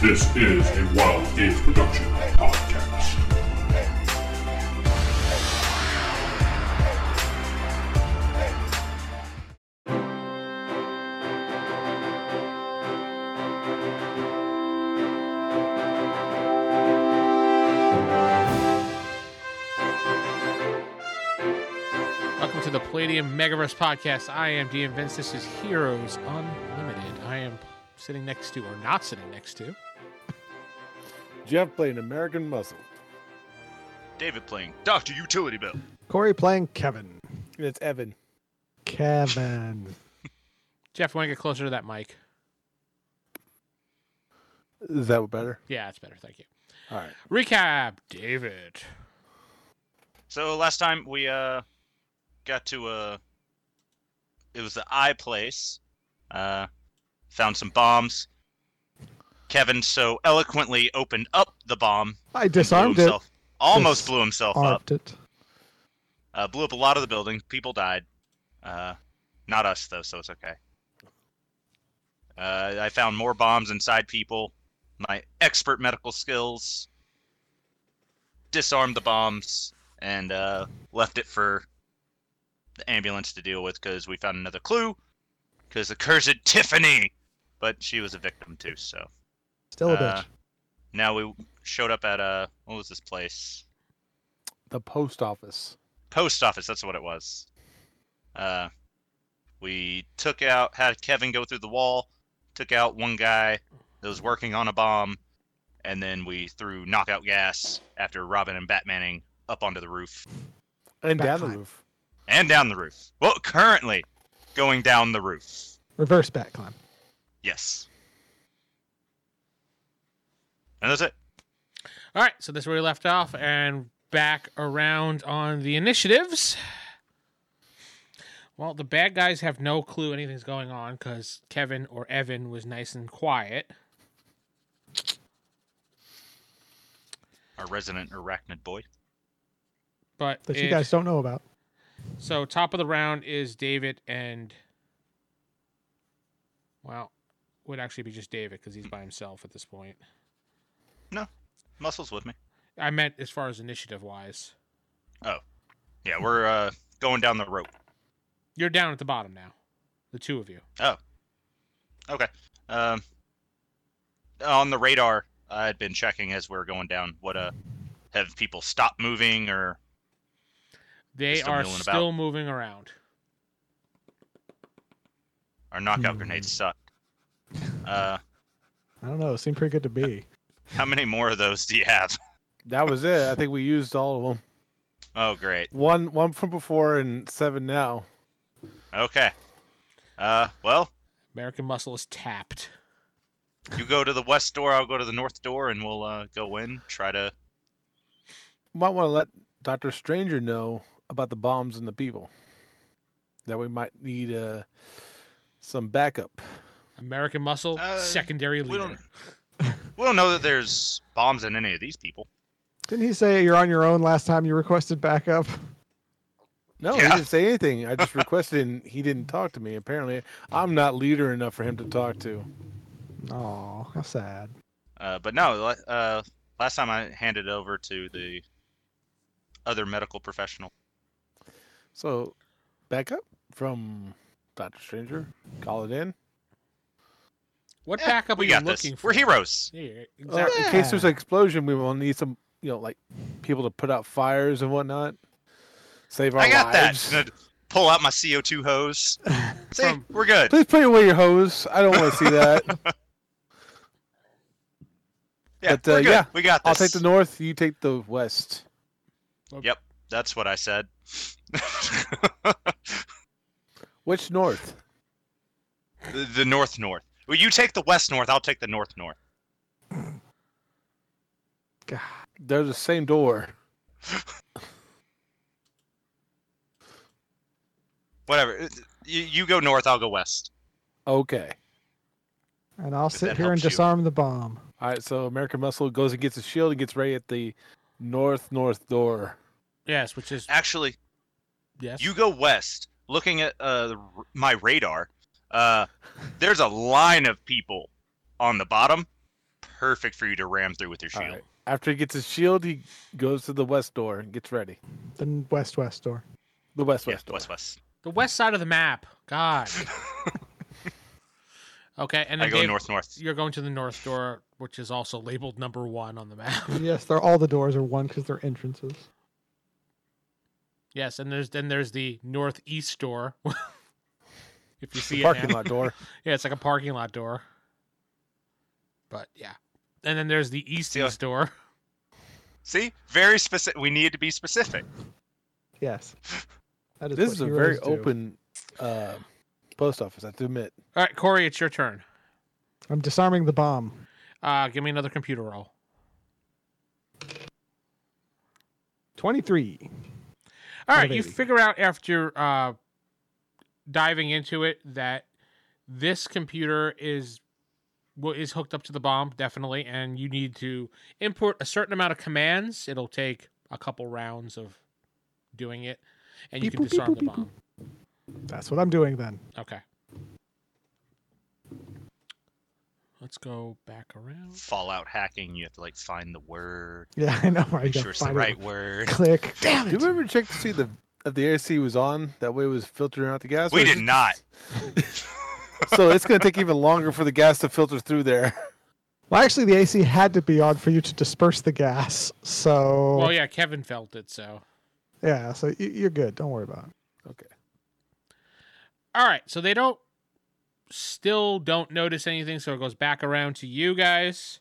This is a Wild Age Production podcast. Welcome to the Palladium Megaverse podcast. I am DM Vince. This is Heroes Unlimited. I am sitting next to, or not sitting next to, Jeff played an American Muscle. David playing Doctor Utility Bill. Corey playing Kevin. It's Evan. Kevin. Jeff. Want to get closer to that mic? Is that better? Yeah, it's better. Thank you. All right. Recap, David. So last time we uh got to uh it was the eye place. Uh found some bombs. Kevin so eloquently opened up the bomb. I blew disarmed it. himself, almost Yes. blew himself up. Armed it. Uh, blew up a lot of the building. People died. Uh, not us though, so it's okay. Uh, I found more bombs inside people. My expert medical skills disarmed the bombs and uh, left it for the ambulance to deal with because we found another clue. Because the cursed Tiffany, but she was a victim too. So Still a Uh, bitch. now we showed up at uh, what was this place? The post office. post office. That's what it was. Uh, we took out, had Kevin go through the wall, took out one guy that was working on a bomb, and then we threw knockout gas after Robin and Batmaning up onto the roof And Back down the climb. roof. and down the roof. Well, currently going down the roof. Reverse back climb. Yes. And that's it. All right, so this is where we left off, and back around on the initiatives. Well, the bad guys have no clue anything's going on because Kevin or Evan was nice and quiet. Our resident arachnid boy. But That it- you guys don't know about. So top of the round is David and well, would actually be just David because he's by himself at this point. Muscles with me. I meant as far as initiative wise. Yeah, we're uh, going down the rope. You're down at the bottom now. The two of you. Um, on the radar, I had been checking as we were going down. What uh, have people stopped moving or? They Still are milling about. still moving around. Our knockout Hmm. grenades suck. Uh, I don't know. It seemed pretty good to be. how many more of those do you have? That was it. I think we used all of them. Oh, great. One, one from before, and seven now. Okay. Uh, well, American muscle is tapped. you go to the west door. I'll go to the north door, and we'll uh, go in. Try to. Might want to let Doctor Stranger know about the bombs and the people. That we might need uh, some backup. American muscle, Uh, secondary We leader. don't. We don't know that there's bombs in any of these people. Didn't he say you're on your own last time you requested backup? No, he Yeah. didn't say anything. I just requested, and he didn't talk to me. Apparently, I'm not leader enough for him to talk to. Oh, how sad. Uh, but no, la- uh, last time I handed it over to the other medical professional. So, backup from Doctor Stranger. Call it in. What Yeah, backup we are you got looking this. for? We're heroes. Yeah, Uh, exactly. in case there's an explosion, we will need some, you know, like people to put out fires and whatnot. Save our I got lives. that. Gonna pull out my CO2 hose. See, From- we're good. Please put away your hose. I don't want to see that. Yeah, but, uh, we're good. yeah, we got this. I'll take the north. You take the west. That's what I said. Which north? the, the north north. Well, you take the west north. I'll take the north north. They're the same door. Whatever. Uh, You, you go north. I'll go west. Okay. And I'll If sit that here and helps you. disarm the bomb. All right. So American Muscle goes and gets his shield and gets ready at the north north door. yes, which is Actually, yes. you go west. Looking at uh, the r- my radar, uh, there's a line of people on the bottom, perfect for you to ram through with your All shield. right. After he gets his shield, he goes to the west door and gets ready. The west west door. The west Yeah, west door. west, west. The west side of the map. God. okay, and I then go Dave, north, north. you're going to the north door, which is also labeled number one on the map. Yes, they're all the doors are one because they're entrances. yes, and there's then there's the northeast door. if you see The it parking now. lot door. Yeah, it's like a parking lot door. But yeah. And then there's the east Yeah. east door. See, very specific. We need to be specific. Yes. That This what is a very heroes do. open uh, post office. I have to admit. All right, Corey, it's your turn. I'm disarming the bomb. Uh, give me another computer roll. 23. All Not a right, you baby. figure out after uh, diving into it that this computer is well, is hooked up to the bomb definitely, and you need to import a certain amount of commands. It'll take a couple rounds of doing it, and you Beep can boop, beep disarm boop, the beep bomb. That's what I'm doing then. Okay. Let's go back around. Fallout hacking. You have to like find the word, Yeah, I know. I make gotta sure it's the find it. right word. Click. Damn Do it. you ever check to see the if the AC was on? That way it was filtering out the gas. We or is did it- not. So it's going to take even longer for the gas to filter through there. Well, actually, the AC had to be on for you to disperse the gas. So, Well, yeah, Kevin felt it, so. yeah, so you- you're good. Don't worry about it. All right, so they don't still don't notice anything, so it goes back around to you guys.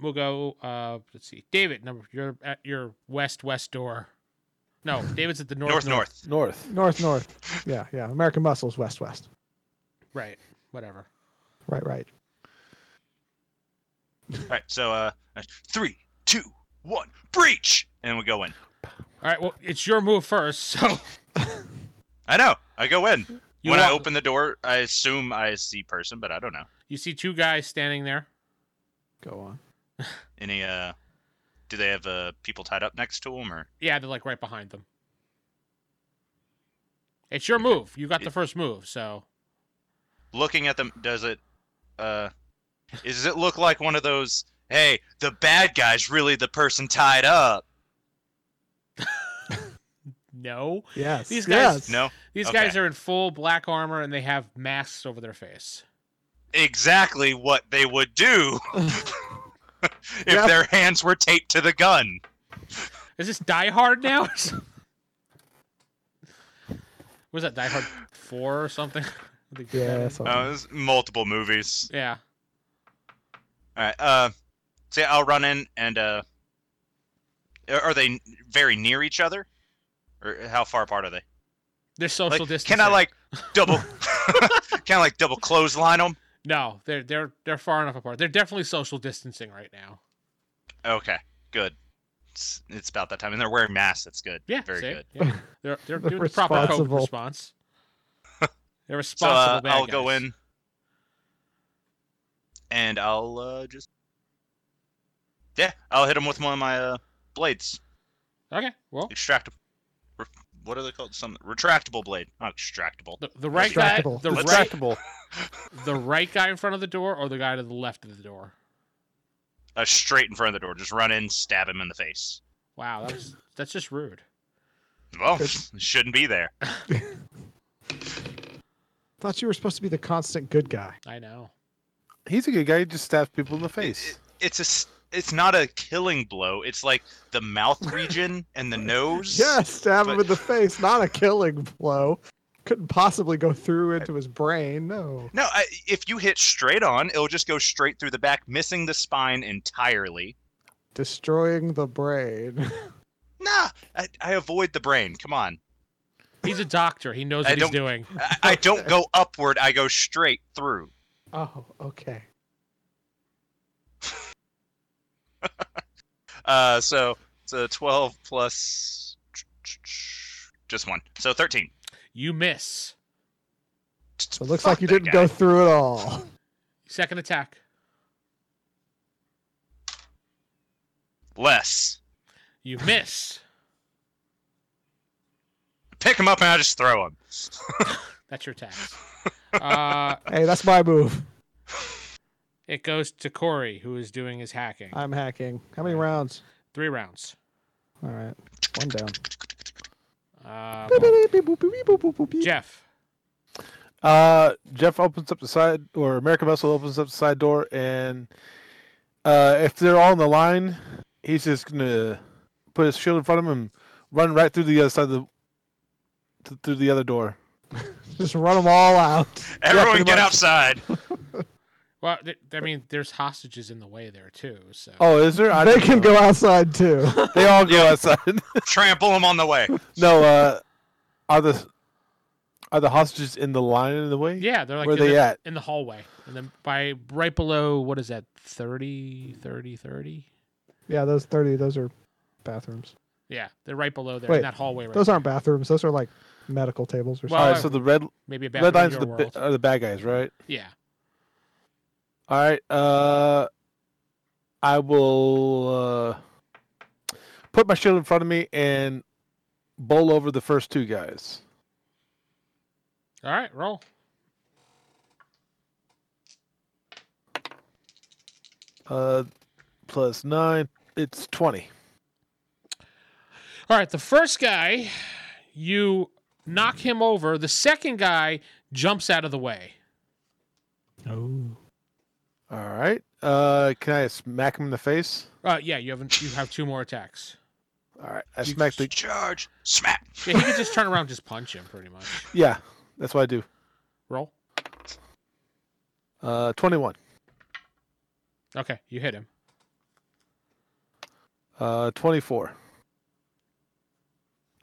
We'll go. Uh, let's see, David. Number you're at your west west door. No, David's at the north North, north. North. North, north. Yeah, yeah. American muscles, west, west. Right, whatever. Right, right. All right. So, uh, three, two, one, breach, and we go in. All right, well, it's your move first, so I know. I go in. You when I walk- open the door, I assume I see person, but I don't know. you see two guys standing there. Go on. Any uh, do they have uh people tied up next to them or? Yeah, they're like right behind them. It's your move. You got the first move, so looking at them does it uh is it look like one of those hey the bad guy's really the person tied up no. Yes. These guys- yes. no These Okay. guys are in full black armor and they have masks over their face. exactly what they would do if Yeah. their hands were taped to the gun Is this Die Hard now? Was that Die Hard Four or something? I think they did that Yeah, in- something. uh, there's multiple movies yeah. all right uh say i'll run in and uh are- are they very near each other or how far apart are they They're social like, distancing. can i like double can i like double clothesline them No, they're they're they're far enough apart. They're definitely social distancing right now. Okay, good. It's, it's about that time, and they're wearing masks. That's good. Yeah, very see? good. Yeah. They're they're, They're doing the proper COVID responsible. response. They're So responsible. uh, bad I'll go guys. in, and I'll uh, just yeah, I'll hit him with one of my uh, blades. Okay. Well, Extractable. Re- what are they called? Some retractable blade, not extractable. the, the right guy, Retractable. the Let's- right, Retractable. the right guy in front of the door, or the guy to the left of the door. Uh, straight in front of the door. Just run in, stab him in the face. Wow, that was, that's just rude. Well, Good. shouldn't be there. Thought you were supposed to be the constant good guy. I know. He's a good guy. He just stabs people in the face. It's a. s- It's not a killing blow. It's like the mouth region and the nose. Yes, stab him But- in the face. Not a killing blow. Couldn't possibly go through into his brain. No. No, I, if you hit straight on, it'll just go straight through the back, missing the spine entirely. Destroying the brain. Nah, I, I avoid the brain. Come on. He's a doctor. He knows I what he's don't- doing. I, I don't go upward, I go straight through. Oh, okay. Uh, so it's a 12 plus just one. So 13. You miss. So it looks Fuck like you that didn't go guy. through it all. Second attack. Less. You miss. Pick him up and I just throw him. That's your attack. Uh, Hey, that's my move. It goes to Corey, who is doing his hacking. I'm hacking. How many rounds? Three rounds. All right. One down. Um, Beep, beep, beep, boop, beep, boop, boop, boop, beep. Jeff. Uh, Jeff opens up the side, or American Muscle opens up the side door, and uh, if they're all in the line, he's just gonna put his shield in front of him and run right through the other side of the th- through the other door. Just run them all out. Everyone pretty get much. outside. Well, th- I mean, there's hostages in the way there too. So Oh, is there? I They didn't can know. go outside too. They all go outside. Trample them on the way. no, uh, are the are the hostages in the line in the way? yeah, they're like Where in, they the, at? in the hallway, and then by right below what is that? 30, 30, 30? yeah, those 30, those are bathrooms. Yeah, they're right below there Wait, in that hallway. Right Those there. aren't bathrooms. Those are like medical tables or Well, All something. right. So the red maybe a red bathroom in lines your are the, world. bi- uh, are the bad guys, right? yeah, All right. Uh, I will uh, put my shield in front of me and bowl over the first two guys. all right, roll. Uh, plus nine, it's twenty. All right, the first guy, you knock him over. The second guy jumps out of the way. Oh. All right. Uh, can I smack him in the face? Uh, yeah, you haven't. You have two more attacks. All right. I smack the. Charge. Smack. Yeah, he can just turn around, and just punch him, pretty much. Yeah, that's what I do. Roll. Uh, twenty-one. Okay, you hit him. Uh, twenty-four.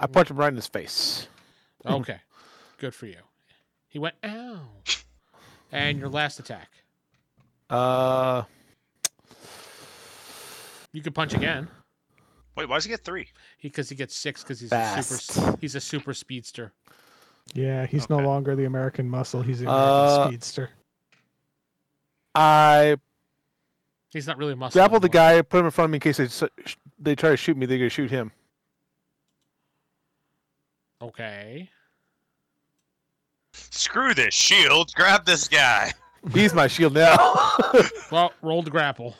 I punch him right in his face. Okay, good for you. He went ow. And your last attack, Uh, you can punch again Wait, why does he get three? because he, gets six because he's a super. Fast. He's a super speedster. Yeah, he's Okay. no longer the American muscle. He's the American Uh, speedster. I He's not really a muscle. grapple the anymore. guy, put him in front of me in case they s- they try to shoot me. They're gonna shoot him. Okay. Screw this shield. Grab this guy. He's my shield now. Well, roll to grapple.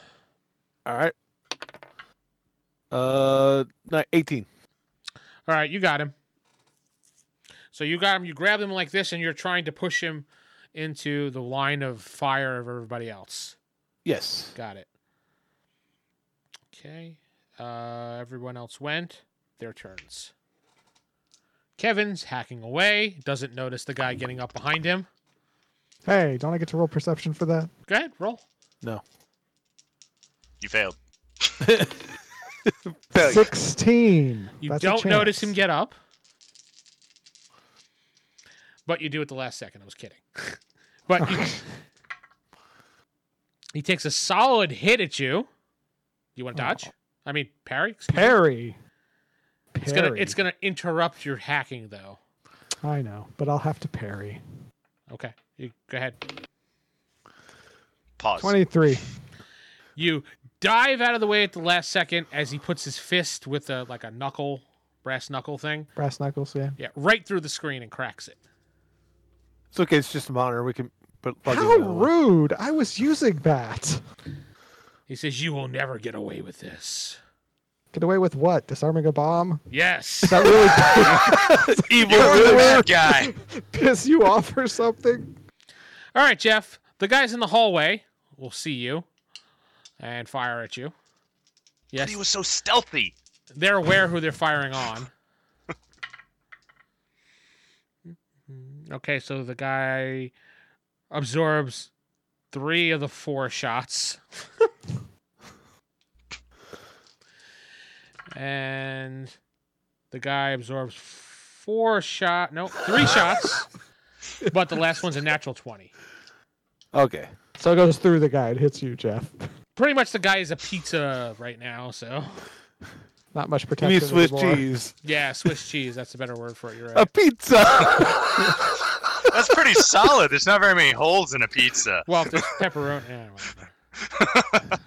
All right. Uh, ni- eighteen. All right, you got him. So you got him. You grab him like this, and you're trying to push him into the line of fire of everybody else. Yes. Got it. Okay. Uh, everyone else went. Their turns. Kevin's hacking away. Doesn't notice the guy getting up behind him. Hey, don't I get to roll perception for that? Go ahead, roll. You failed. Failure. 16. You That's a don't notice chance. him get up, but you do at the last second. I was kidding. but you- he takes a solid hit at you. You want to dodge? I mean, parry. Excuse me. Parry. It's gonna Parry. it's gonna interrupt your hacking though. I know, but I'll have to parry. Okay, you, go ahead. Pause. 23. You dive out of the way at the last second as he puts his fist with a like a knuckle, brass knuckle thing. Brass knuckles, yeah. Yeah, right through the screen and cracks it. It's okay. It's just a monitor. We can put. plug in How another one. rude. I was using that. He says, "You will never get away with this." Get away with what? Disarming a bomb? Yes. That really Evil. You're the bad guy. piss you off or something? All right, Jeff. The guys in the hallway will see you and fire at you. He Yes, was so stealthy. they're aware who they're firing on. Okay, so the guy absorbs three of the four shots. and the guy absorbs four shot, no, three shots. But the last one's a natural 20. Okay. So it goes through the guy. It hits you, Jeff. pretty much the guy is a pizza right now. So Not much You protection. need Swiss anymore. cheese. yeah, Swiss cheese. That's a better word for it. You're A right. pizza. That's pretty solid. There's not very many holes in a pizza. Well, if there's pepperoni. Yeah, whatever.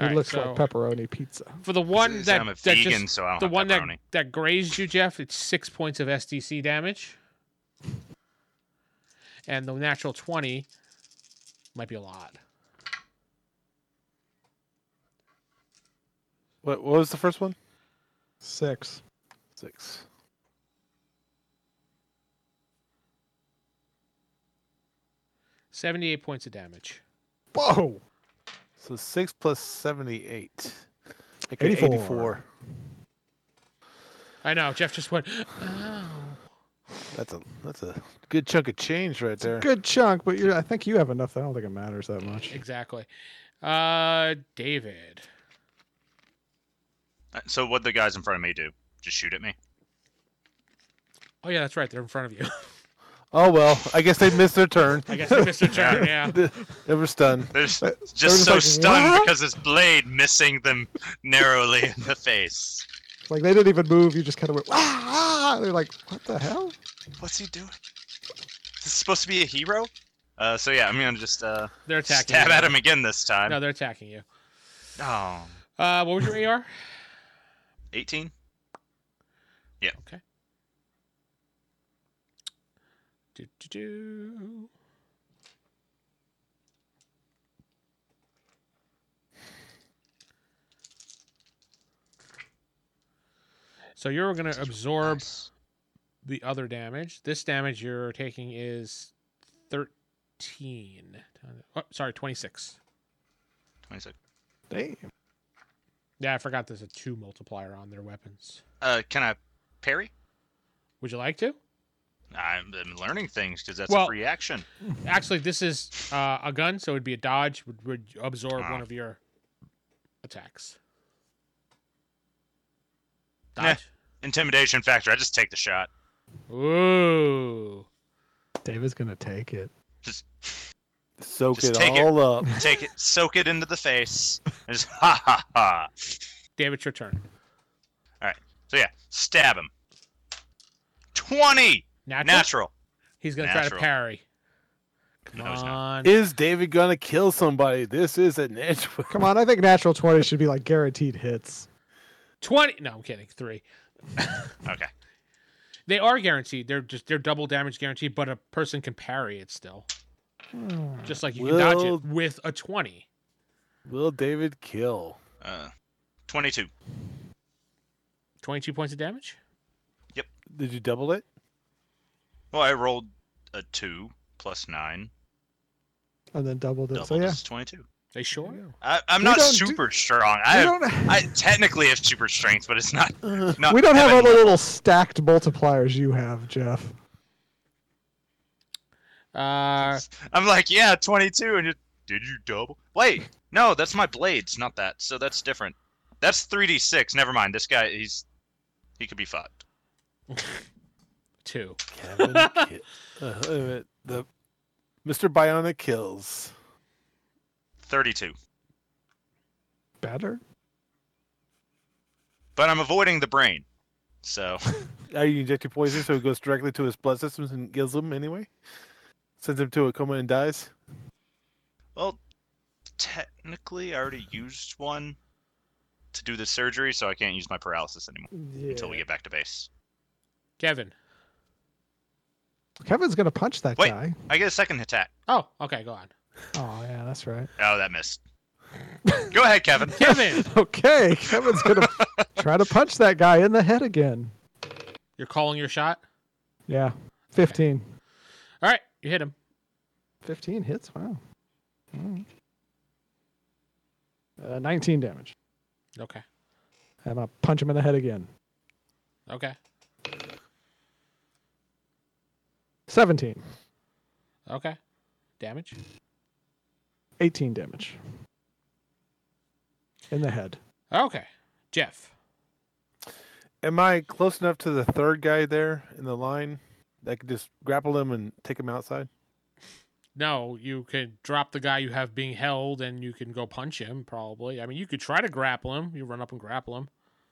It All right, looks so like pepperoni pizza. for the one See, that, I'm a that vegan, just so I don't the have one that, pepperoni. that grazed you, Jeff. It's six points of SDC damage, and the natural twenty Might be a lot. What, what was the first one? Six. Six. Seventy-eight points of damage. Whoa. So six plus seventy-eight. Okay, 84. eighty-four. I know. Jeff just went. Oh. That's a that's a good chunk of change right there. Good chunk, but you're, I think you have enough. I don't think it matters that much. Exactly. Uh, David. Uh, So what the guys in front of me do? Just shoot at me. Oh yeah, that's right. They're in front of you. Oh well, I guess they missed their turn. I guess Mr. Turn. Yeah. They were stunned. They're just, just Uh, just so like, stunned "What?" because this blade missing them narrowly in the face. Like they didn't even move. You just kind of went. Ah, ah," They're like, what the hell? What's he doing? Is this supposed to be a hero? Uh, so yeah, I'm gonna just uh, They're attacking. stab you. at him again this time. No, they're attacking you. Oh, Uh, what was your AR? 18? Do, do, do. So you're going to absorb Nice. the other damage. This damage you're taking is 13. Oh, sorry, 26. 26. Damn. Yeah, I forgot there's a 2 multiplier on their weapons. Uh, can I parry? Would you like to? I'm, I'm learning things because that's Well- a free action. Actually, this is uh, a gun, so it'd be a dodge, would, would absorb Ah. one of your attacks. Nah. Dodge. Intimidation factor. I just take the shot. Ooh. David's gonna take it. Just Soak Just it take it. all up. take it, soak it into the face. And just ha ha ha. David, your turn. So yeah, stab him. Twenty Natural. natural. He's going to try to Natural. parry. Come No, he's not. on. Is David gonna kill somebody? This is a natural. Come on, I think natural twenty should be like guaranteed hits. 20. No, I'm kidding. Three. Okay. They are guaranteed. They're just they're double damage guaranteed, but a person can parry it still. Hmm. Just like you can dodge Will- it with a 20. Will David kill? Uh, twenty-two. 22 points of damage? Did you double it? Well, I rolled a two plus nine. And then doubled it. Double so yeah, is twenty-two. They sure? I, I'm We not don't do- super strong. I we have, don't. I technically have super strength, but it's not. not we don't have all heaven the little stacked multipliers you have, Jeff. Uh, I'm like, yeah, 22, and you did you double? Wait, no, that's my blades, not that. So that's different. That's 3d6. Never mind. This guy, he's he could be fucked. two. Kevin ki- uh, wait a minute. the Mr. Bionic kills. 32. Better. But I'm avoiding the brain. So Are you injecting poison so it goes directly to his blood systems and kills him anyway? Sends him to a coma and dies. Well, technically, I already used one to do the surgery, so I can't use my paralysis anymore Yeah. until we get back to base. Kevin. Kevin's gonna punch that Wait. guy. I get a second attack. Oh, okay, go on. Oh yeah, that's right. Oh, that missed. Go ahead, Kevin. Kevin, Okay, Kevin's gonna try to punch that guy in the head again. you're calling your shot. Yeah, fifteen. All right, you hit him. 15 hits. Wow. Mm. Uh, 19 damage. Okay. I'm gonna punch him in the head again. Okay. 17. Okay. Damage. 18 damage. In the head. Okay. Jeff. Am I close enough to the third guy there in the line that I could just grapple him and take him outside? No, you could drop the guy you have being held and you can go punch him, probably. I mean, you could try to grapple him. You run up and grapple him.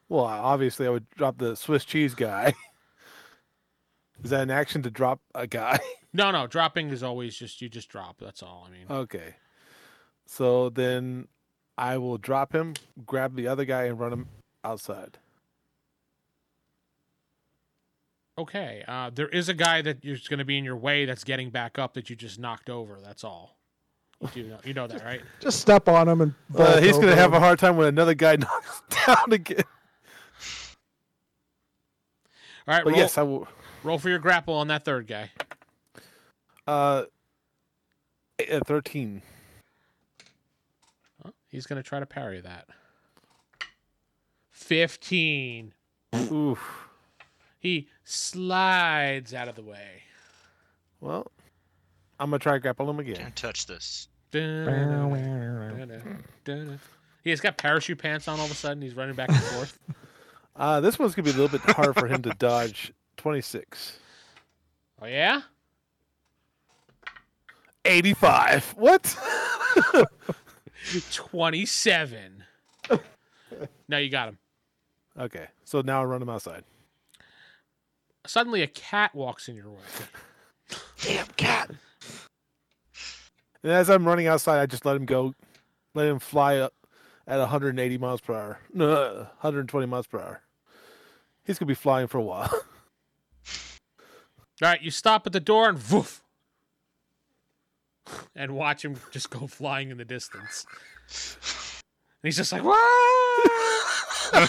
Well, I- obviously I would drop the Swiss cheese guy. Is that an action to drop a guy? No, no, dropping is always just, you just drop. That's all. I mean, Okay. So then I will drop him, grab the other guy, and run him outside. okay. Uh, there is a guy that is going to be in your way that's getting back up that you just knocked over. That's all. You do know, you know that, right? Just step on him and Uh, vault he's gonna over have a him. hard time when another guy knocks down again. All right, But roll, yes, I will. roll for your grapple on that third guy. Uh, at thirteen. Huh? He's going to try to parry that. 15. Oof. He slides out of the way. Well, I'm gonna try to grapple him again. Can't touch this. Dun-dun-dun, dun-dun. He's got parachute pants on all of a sudden. He's running back and forth. Uh, this one's gonna be a little bit hard for him to dodge. Twenty-six. Oh, yeah? 85. What? 27. no, you got him. okay, so now I run him outside. Suddenly a cat walks in your way. Damn cat. And as I'm running outside, I just let him go, let him fly up at 180 miles per hour. No, 120 miles per hour. He's gonna be flying for a while. All right, you stop at the door and woof. And watch him just go flying in the distance. And he's just like, "Whoa!"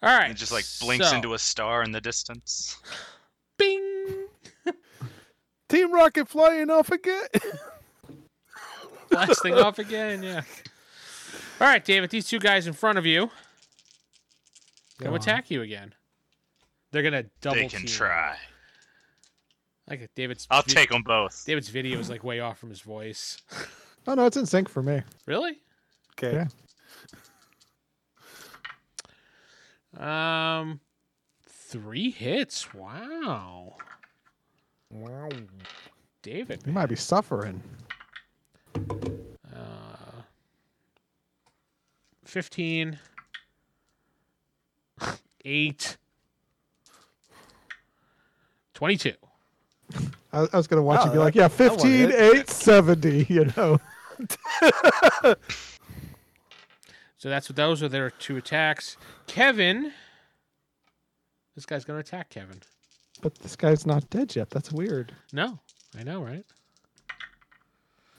All right. It just like blinks so, into a star in the distance. bing. Team Rocket flying off again. Blasting off again, yeah. All right, David, these two guys in front of you go Go on. attack you again. They're gonna double they can team. try. Like David's I'll vi- take them both. David's video is like way off from his voice. Oh no, it's in sync for me. really? Okay. Yeah. Um, three hits. Wow, Wow. David. He might be suffering. Uh, fifteen. Eight. Twenty-two. I, I was gonna watch Wow, you be Oh, that- like, yeah, that one 15, hit. 8, 70, you know. So that's what those are their two attacks. Kevin. This guy's gonna attack Kevin. But this guy's not dead yet. That's weird. No, I know, right?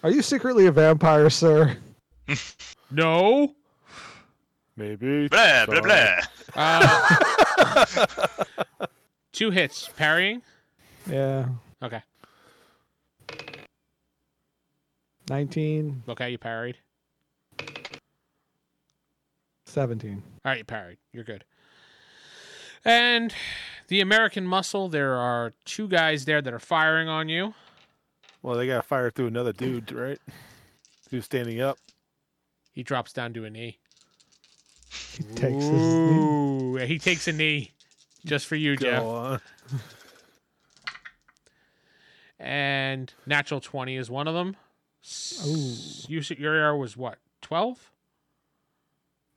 Are you secretly a vampire, sir? No. Maybe. Blah blah Sorry. blah. Uh, two hits parrying. Yeah. Okay. Nineteen, Okay, you parried. seventeen. All right, you parried. You're good. And the American Muscle, there are two guys there that are firing on you. Well, they gotta fire through another dude, right? Who's standing up? He drops down to a knee. He takes his knee. Ooh, yeah, he takes a knee just for you, Go Jeff. on. And natural 20 is one of them. S- You, said your AR was what? 12?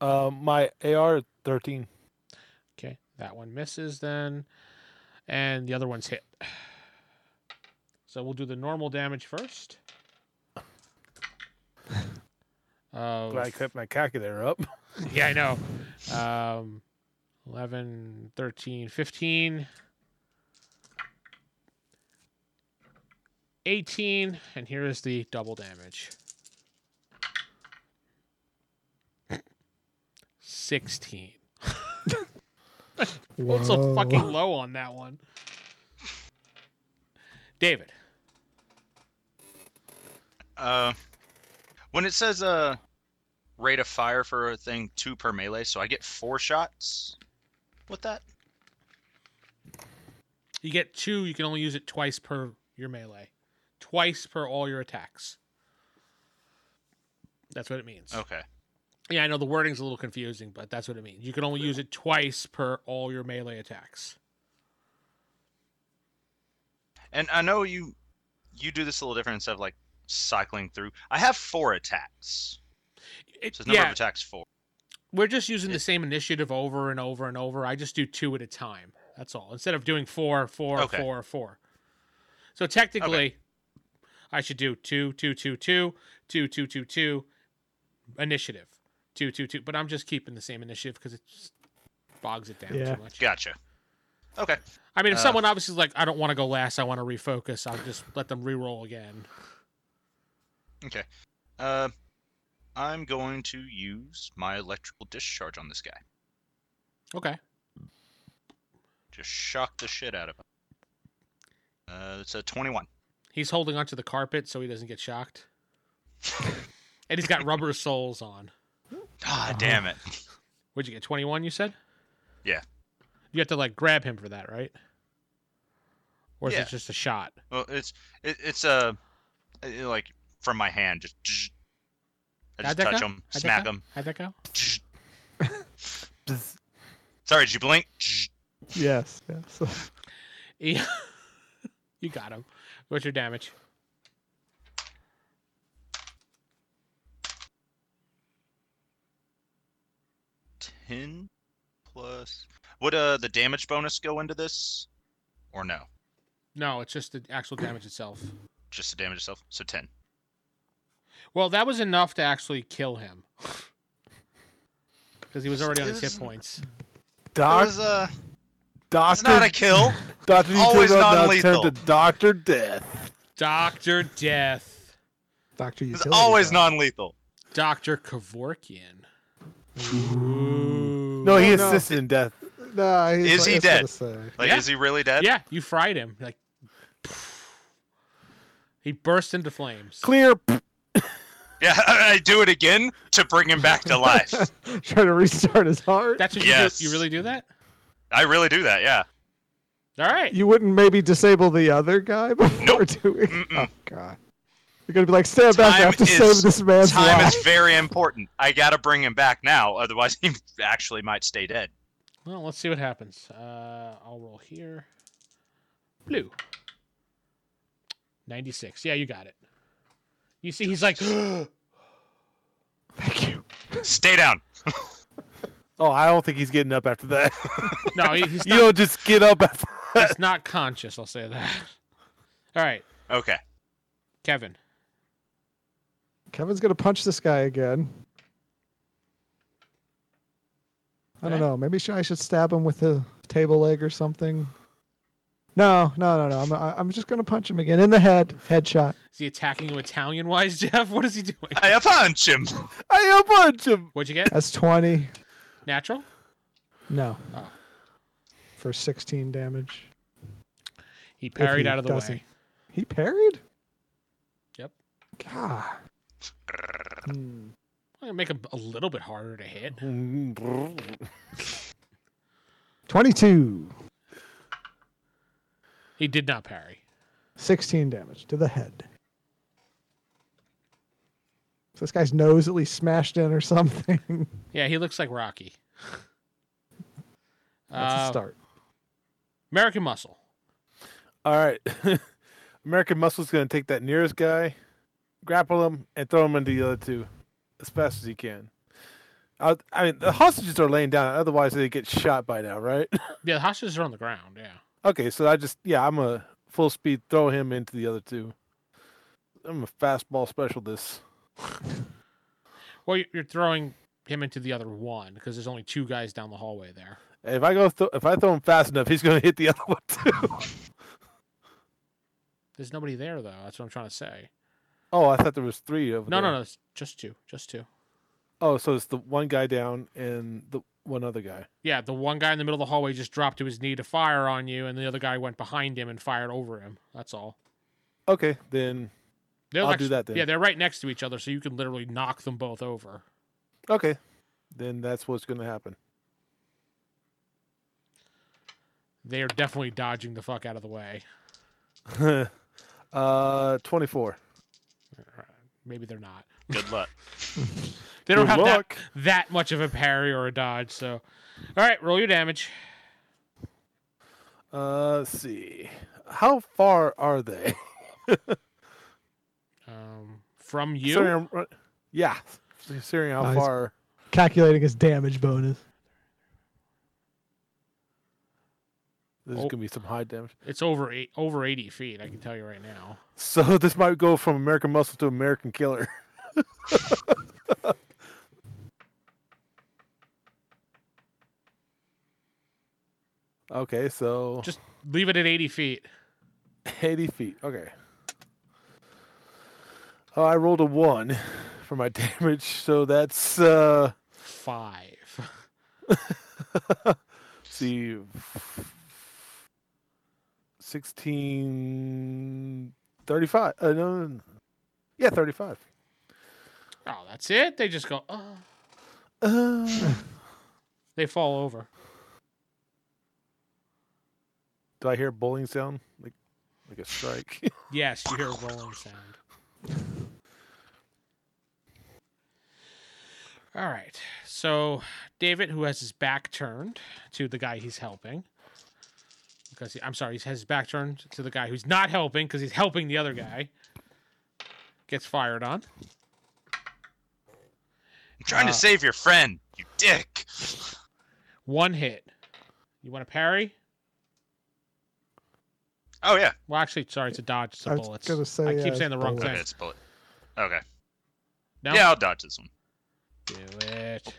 Uh, my AR 13. Okay, that one misses then. And the other one's hit. So we'll do the normal damage first. Of Glad I kept my calculator up. yeah, I know. Um, 11, 13, 15, 18, and here is the double damage 16. Rolled so Whoa. fucking low on that one. David. Uh, when it says uh, rate of fire for a thing two per melee, so I get four shots with that. You get two. You can only use it twice per your melee, twice per all your attacks. That's what it means. Okay. Yeah, I know the wording's a little confusing, but that's what it means. You can only use it twice per all your melee attacks. And I know you you do this a little different instead of like cycling through. I have four attacks. It- So it's number yeah, of attacks four. we're just using the same initiative over and over and over. I just do two at a time. That's all. Instead of doing four, four, Okay. four, four. So technically, I should do two, two, two, two, two, two, two, two, initiative, two, two, two. But I'm just keeping the same initiative because it just bogs it down Yeah. too much. Gotcha. Okay. I mean, if Uh, someone obviously is like, I don't want to go last, I want to refocus, I'll just let them re-roll again. Uh, I'm going to use my electrical discharge on this guy. Okay. Just shock the shit out of him. Uh, it's a 21. He's holding onto the carpet so he doesn't get shocked. and he's got rubber soles on. Ah, Oh. damn it. What'd you get? 21, you said? Yeah. You have to, like, grab him for that, right? Or is Yeah. it just a shot? Well, it's it, it's uh, uh, like from my hand. Just, tsh. I just How'd that touch go? him, How'd that smack go? him. How'd that go? tsh. Bzz. Sorry, did you blink? Tsh. Yes, yes. Yeah. you got him. What's your damage? Ten plus. Would uh the damage bonus go into this, or no? No, it's just the actual damage itself. Just the damage itself. So ten. Well, that was enough to actually kill him. Because he was already on his hit Isn't- points. It Doc, was uh, it's doctor, not a kill. Doctor always Detail now turned non-lethal. to Doctor Death. Dr. Death. Doctor It's Utility. always Belt. non-lethal. Dr. Kevorkian. Ooh. No, he Oh, no. assisted in death. No, he's Is like- he that's what I say. Like, Yeah. is he really dead? Yeah, you fried him. Like he burst into flames. Clear. Yeah, I do it again to bring him back to life. Trying to restart his heart. That's what Yes. you do. You really do that? I really do that. Yeah. All right. you wouldn't maybe disable the other guy before doing. Mm-mm. Oh god. You're gonna be like, stand back. I Time have to is- save this man's Time life. is very important. I gotta bring him back now, otherwise he actually might stay dead. Well, let's see what happens. Uh, I'll roll here. Blue. 96. Yeah, you got it. You see, he's like, Thank you. Stay down. Oh, I don't think he's getting up after that. no, he- he's you not, don't just get up after that. he's not conscious. I'll say that. All right, Okay. Kevin. Kevin's gonna punch this guy again. I don't Okay. know. Maybe sh I should stab him with a table leg or something. No, no, no, no. I'm, I- I'm just gonna punch him again in the head. Headshot. Is he attacking you Italian wise, Jeff? What is he doing? I punch him. I punch him. What'd you get? That's 20. Natural? No. Oh. For 16 damage. He If parried he out of the doesn't. way. He parried? Yep. God. Hmm. I'm gonna make him a little bit harder to hit. 22. He did not parry. 16 damage to the head. So this guy's nose at least smashed in or something. Yeah, he looks like Rocky. That's Uh, a start. American Muscle. All right. American Muscle's going to take that nearest guy, grapple him, and throw him into the other two as fast as he can. I, I mean, the hostages are laying down. Otherwise, they get shot by now, right? Yeah, the hostages are on the ground. Yeah. okay, so I just, yeah, I'm a full speed throw him into the other two. I'm a fastball special this. Well, you- you're throwing him into the other one because there's only two guys down the hallway there. If I go, th- if I throw him fast enough, he's going to hit the other one too. There's nobody there though. That's what I'm trying to say. oh, I thought there was three of them. No, no, no. It's just two. Just two. Oh, so it's the one guy down and the one other guy. Yeah, the one guy in the middle of the hallway just dropped to his knee to fire on you, and the other guy went behind him and fired over him. That's all. Okay, then. They're I'll like- do that then. Yeah, they're right next to each other, so you can literally knock them both over. Okay, then that's what's going to happen. They are definitely dodging the fuck out of the way. uh, 24. Maybe they're not. Good luck. They don't Good have that, luck. that much of a parry or a dodge. So, all right, roll your damage. Uh, let's see. How far are they? Um, from you, Considering I'm run- yeah. Considering how Nice. far. Calculating his damage bonus. This is Oh. going to be some high damage. it's over eight, over eighty feet. I can tell you right now. So this might go from American Muscle to American Killer. Okay, so Just- Leave it at 80 feet. 80 feet. Okay. Oh, I rolled a one for my damage, so that's uh Five. see 16 35 uh, no, no, no. yeah 35 Oh, that's it? They just go, oh. uh, They fall over. do i hear a bowling sound like like a strike Yes, you hear a rolling sound. All right. So David, who has his back turned to the guy he's helping, because he, I'm sorry, he has his back turned to the guy who's not helping because he's helping the other guy, gets fired on. I'm trying Uh, to save your friend, you dick. One hit. You want to parry? Oh yeah, Well, actually, sorry, it's a dodge. It's a I was bullet. gonna say, uh, I yeah, keep it's saying the wrong bullets. okay, thing. it's a bullet. Okay, No? yeah, I'll dodge this one. Do it.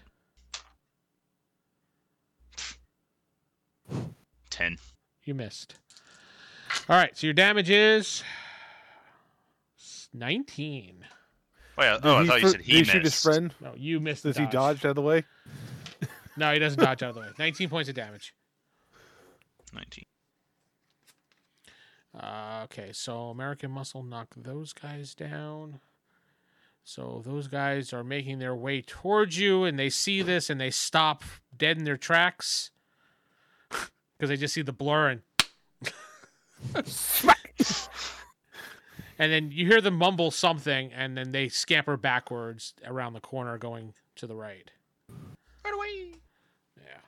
Ten. You missed. All right, so your damage is 19. Wait, oh, I thought you fr- said did he missed. shoot his friend No, you missed. the does he dodge out of the way No, he doesn't dodge out of the way. 19 points of damage. Nineteen. Uh, okay, so American Muscle knocked those guys down. So those guys are making their way towards you, and they see this, and they stop dead in their tracks because they just see the blurring. and then you hear them mumble something, and then they scamper backwards around the corner, going to the right. Right away. Yeah.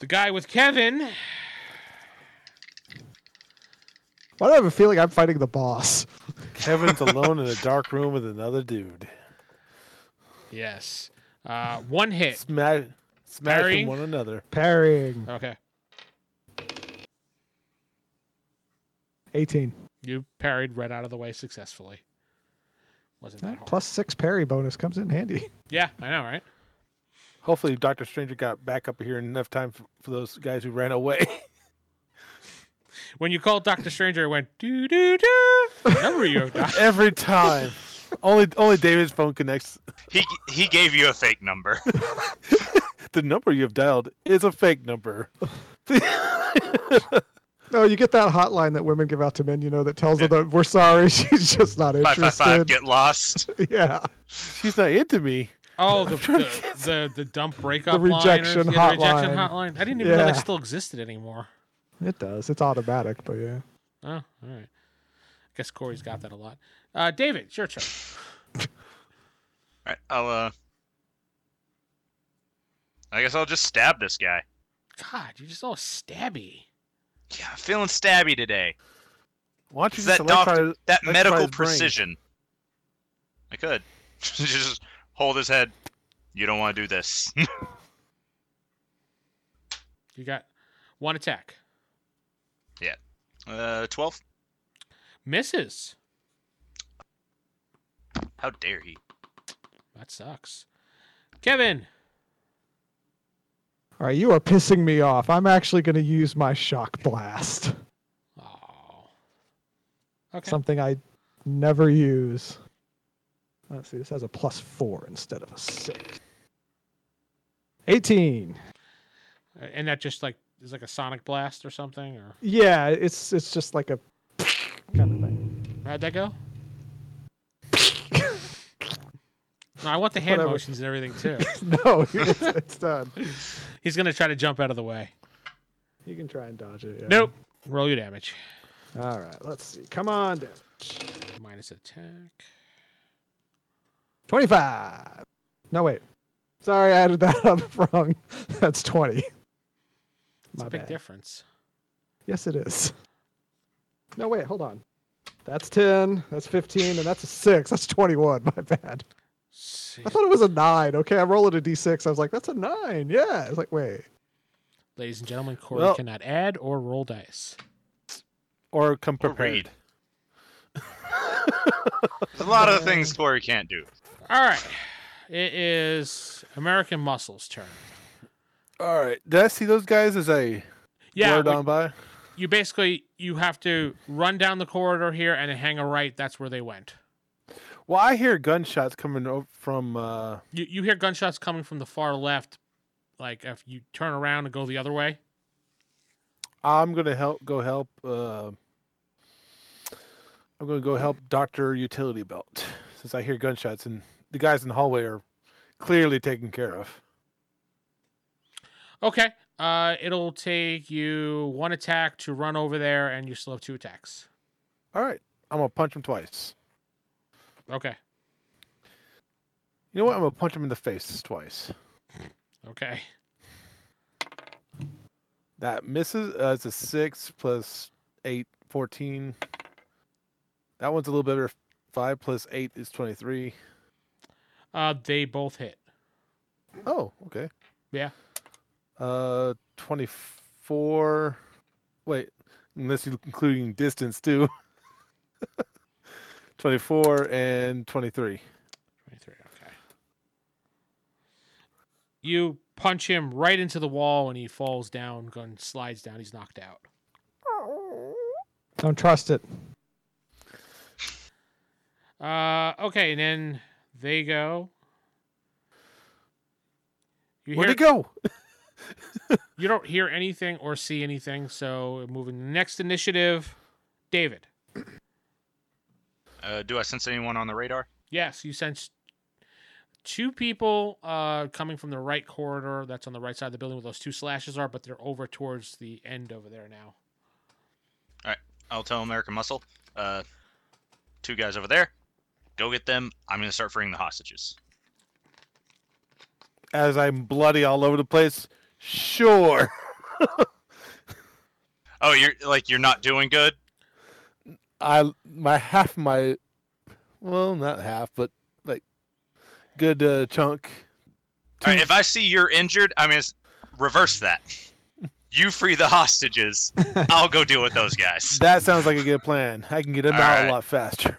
The guy with Kevin. Why do I have a feeling I'm fighting the boss? kevin's alone in a dark room with another dude Yes. Uh, one hit. smash smashing Parrying? one another Parrying. Okay. 18. You parried right out of the way successfully. Wasn't that hard? Plus six parry bonus comes in handy. Yeah, I know, right? Hopefully, Doctor Stranger got back up here in enough time for, for those guys who ran away. When you called Doctor Stranger, it went doo doo doo. Remember you, doc- Every time, only only David's phone connects. He he gave you a fake number. The number you have dialed is a fake number. No, you get that hotline that women give out to men, you know, that tells them that we're sorry, she's just not five five five. interested. Get lost. Yeah. She's not into me. Oh, the the, the the dump breakup The line rejection or, yeah, the rejection hotline. I didn't even know Yeah. that still existed anymore. It does. It's automatic, but yeah. Oh, all right. I guess Corey's got that a lot. Uh, David, it's your turn. All right, I'll uh. I guess I'll just stab this guy. God, you're just all stabby. Yeah, I'm feeling stabby today. Why don't you It's just that electri- doctor, that electrify medical his brain. precision. I could just hold his head. You don't want to do this. You got one attack. uh, twelve. Misses. How dare he? That sucks. Kevin. All right, you are pissing me off. I'm actually going to use my shock blast, Oh. Okay. something I never use. Let's see, this has a plus four instead of a six. 18. and that just like is like a sonic blast or something or Yeah, it's it's just like a kind of thing. how'd that go no, i want the hand Whatever. motions and everything too No, it's, it's done. he's gonna try to jump out of the way You can try and dodge it. yeah. nope roll your damage All right, let's see. Come on down. minus attack 25. No, wait. Sorry, I added that up wrong. That's 20. it's My a big bad. difference Yes, it is. No, wait, hold on. That's 10, that's 15, and that's a 6. That's 21. My bad. See, I thought it was a 9. Okay, I rolled it a d6. I was like, that's a 9. Yeah. I was like, wait. ladies and gentlemen corey Well- cannot add or roll dice or come Or prepared. read. There's a lot of things Corey can't do. all right it is american muscles turn All right. Did I see those guys as I? Yeah, blurred we- on by. you basically you have to run down the corridor here and hang a right. That's where they went. Well, I hear gunshots coming o- from. Uh, You you hear gunshots coming from the far left, like if you turn around and go the other way. I'm gonna help. Go help. Uh, I'm gonna go help Doctor Utility Belt since I hear gunshots and the guys in the hallway are clearly taken care of. Okay. Uh, it'll take you one attack to run over there, and you still have two attacks. All right, I'm gonna punch him twice. Okay. You know what? I'm gonna punch him in the face twice. Okay. That misses. Uh, it's a six plus eight, 14. That one's a little better. Five plus eight is 23. Uh, they both hit. Oh, okay. Yeah. Uh, 24. Wait, unless you're including distance too. 24 and 23. 23. Okay. You punch him right into the wall, and he falls down, gun slides down. He's knocked out. Don't trust it. Uh, okay, and then they go. You, Where'd hear, it go? you don't hear anything or see anything, so moving to the next initiative, David. Uh, do I sense anyone on the radar? Yes, you sense two people uh, coming from the right corridor that's on the right side of the building where those two slashes are, but they're over towards the end over there now. I'll tell American Muscle. Uh, two guys over there. Go get them. I'm gonna start freeing the hostages. As I'm bloody all over the place. Sure. Oh, you're like you're not doing good. I my half my well not half but like good uh, chunk. All right, if I see you're injured, I'm gonna s- reverse that. You free the hostages. I'll go deal with those guys. That sounds like a good plan. I can get him All out right. a lot faster.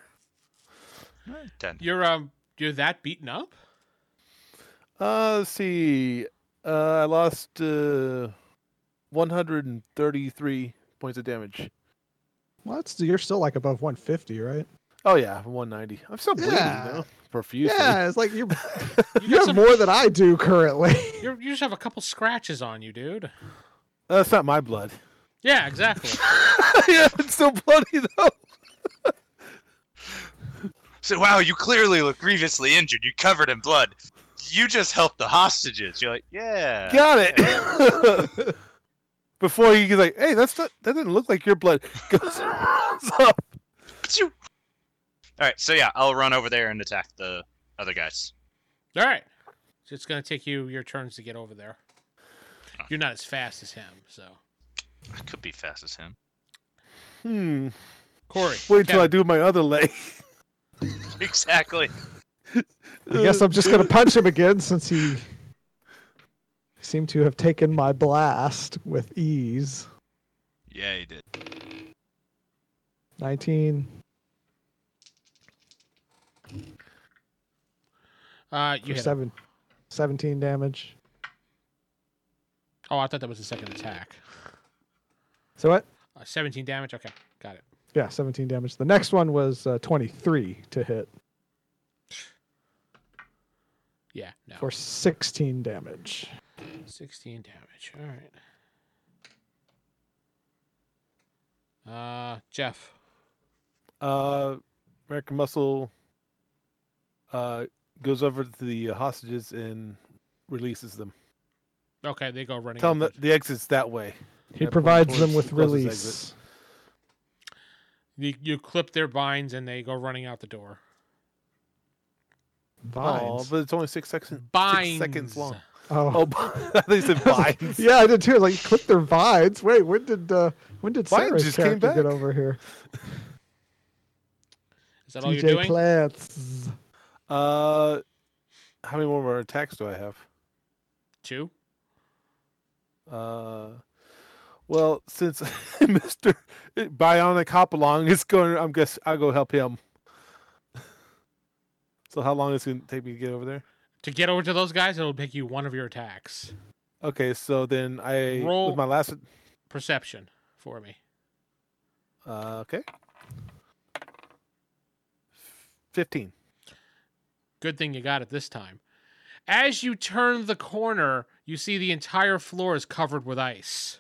Ten. You're um, you're that beaten up. Uh, let's see. Uh, I lost uh, 133 points of damage. Well, that's, you're still like above 150, right? Oh yeah, 190. I'm still bleeding Yeah. though, profusely. Yeah, it's like you're, You got you have some- more than I do currently. You're, you just have a couple scratches on you, dude. That's Uh, not my blood. Yeah, exactly. yeah, it's still bloody though. So wow, you clearly look grievously injured. You covered in blood. You just helped the hostages. You're like, yeah. Got it. Before you get like, hey, that's not that doesn't look like your blood. Goes runs up. All right, so yeah, I'll run over there and attack the other guys. All right. So it's going to take you your turns to get over there. You're not as fast as him, so. I could be fast as him. Hmm. Corey. Wait till I Kevin. do my other leg. Exactly. I guess I'm just gonna punch him again since he seemed to have taken my blast with ease. Yeah, he did. 19. Uh, you hit for him. seven, 17 damage. Oh, I thought that was the second attack. So what? Uh, 17 damage. Okay, got it. Yeah, 17 damage. The next one was uh, 23 to hit Yeah, no. for 16 damage. 16 damage. All right. Uh, Jeff. Uh, American Muscle uh, goes over to the hostages and releases them. Okay, they go running. Tell them over. that the exit's that way. He Yeah, provides towards- them with towards his release. You, you clip their binds and they go running out the door. Oh, Vines. but it's only six seconds. Binds. seconds long. Oh. Oh, I think said Oh, vines. Yeah, I did too. Like, clip their vines. Wait, when did uh, when did Vines Sarah's just came character get back. over here? Is that all you're DJ doing? Plants. Uh, how many more more attacks do I have? Two. Uh, well, since Mister Bionic Hopalong is going, I'm guess I'll go help him. So how long is it gonna take me to get over there? To get over to those guys, it'll take you one of your attacks. Okay, so then I Roll- with my last perception for me. Uh, okay. 15. Good thing you got it this time. As you turn the corner, you see the entire floor is covered with ice.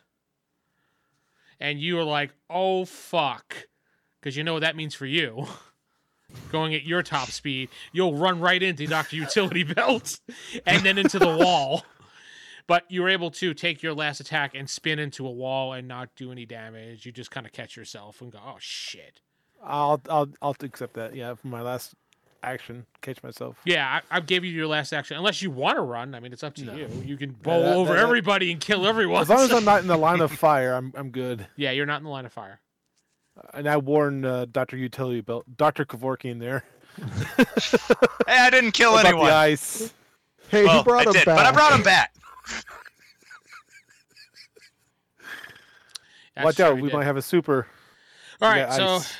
And you are like, oh fuck. Because you know what that means for you. Going at your top speed, you'll run right into Dr. Utility Belt and then into the wall. But you're able to take your last attack and spin into a wall and not do any damage. You just kind of catch yourself and go, oh shit. I'll I'll I'll accept that. Yeah, for my last action, catch myself. Yeah, I, I gave you your last action. Unless you want to run, I mean, it's up to No. you. You can bowl that- over that- everybody and kill everyone. As long as I'm not in the line of fire, I'm I'm good. yeah, you're not in the line of fire. And I warn uh, Doctor Utility Belt, Doctor Kevorkian there Hey, I didn't kill about anyone. the ice. Hey, Well, he brought I him did, back. but I brought him back. That's Watch true, out, you we did. might have a super. All we right, got so ice.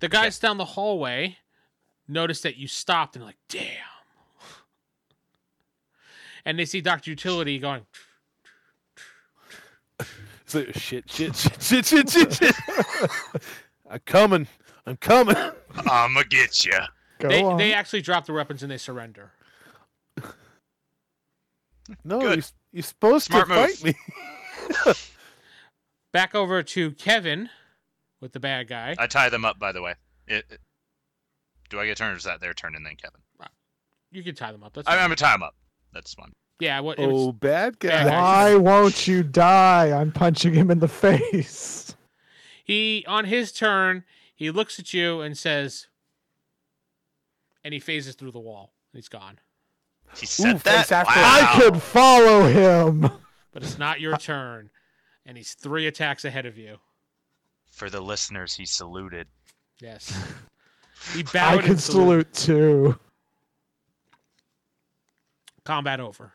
the guys down the hallway notice that you stopped and like, damn. And they see Doctor Utility going. So, shit, shit, shit, shit, shit, shit, shit. I'm coming. I'm coming. I'ma get you. Go They, on. they actually drop their weapons and they surrender. No, Good. you're, you're supposed Smart to move. fight me. Back over to Kevin with the bad guy. I tie them up, by the way. It, it- do I get turned or is that their turn and then Kevin? You can tie them up. That's I, am fine. gonna tie them up. That's fine. yeah. What? it was- Oh, bad guy. Yeah. Why won't you die? I'm punching him in the face. He on his turn, he looks at you and says, and he phases through the wall. He's gone. He said Ooh, that. face after- I Wow. could follow him. But it's not your turn, and he's three attacks ahead of you. For the listeners, he saluted. Yes. He I bowed. can and saluted. salute too. Combat over.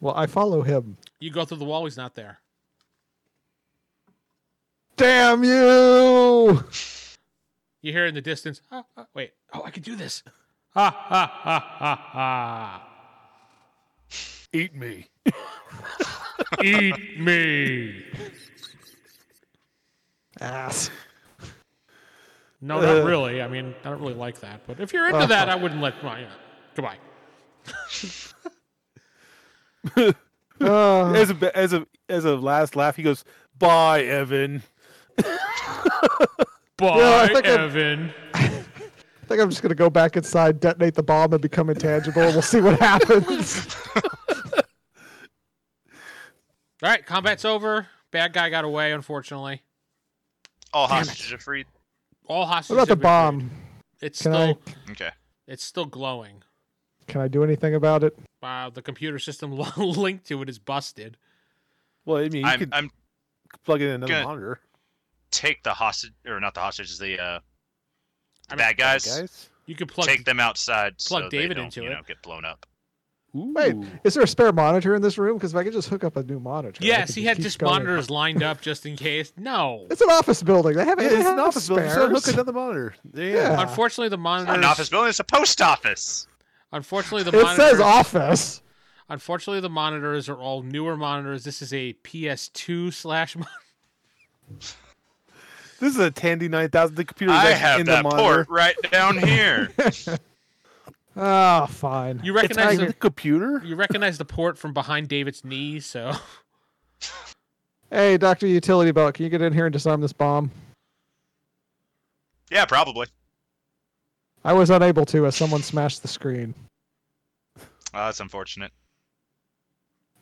Well, I follow him. You go through the wall. He's not there. Damn Oh. you! You hear in the distance. "Ah, ah," wait. Oh, I can do this. Ha ha ha ha Eat me. ha! Eat me. Ass. No, not really. I mean, I don't really like that. But if you're Uh-huh. into that, I wouldn't let. Well, yeah. Goodbye. Uh, As a as a as a last laugh, he goes, "Bye, Evan." Bye, I think I'm- Evan. I think I'm just gonna go back inside, detonate the bomb, and become intangible. We'll see what happens. All right, combat's over. Bad guy got away, unfortunately. All hostages are freed. All hostages. What about the have been freed. bomb? It's Can I still Okay. it's still glowing. can I do anything about it? Wow, the computer system linked to it is busted. Well, I mean, you I'm, could I'm plug in another good. monitor. take the hostage or not the hostages, the uh, I mean, bad guys. Guys, You could plug. Take them outside. so plug they David don't, into you it. Know, get blown up. Wait, Ooh. is there a spare monitor in this room? Because if I could just hook up a new monitor. I yes, could he just had keep just going. monitors lined up just in case. No. It's an office building. They have Yeah, they it's an have office building. So spares. hook another monitor. Yeah. Yeah. Unfortunately, the Not monitors. an office building. It's a post office. Unfortunately, the It monitors. says office. unfortunately, the monitors are all newer monitors. This is a PS2 slash. mon- This is a Tandy 9000. The computer is I actually have in that the monitor. port right down here. Ah, fine. You It's recognize in the the, computer. you recognize the port from behind David's knee, so Hey, Doctor Utility Belt, can you get in here and disarm this bomb? yeah, probably. I was unable to as someone smashed the screen. Oh, that's unfortunate.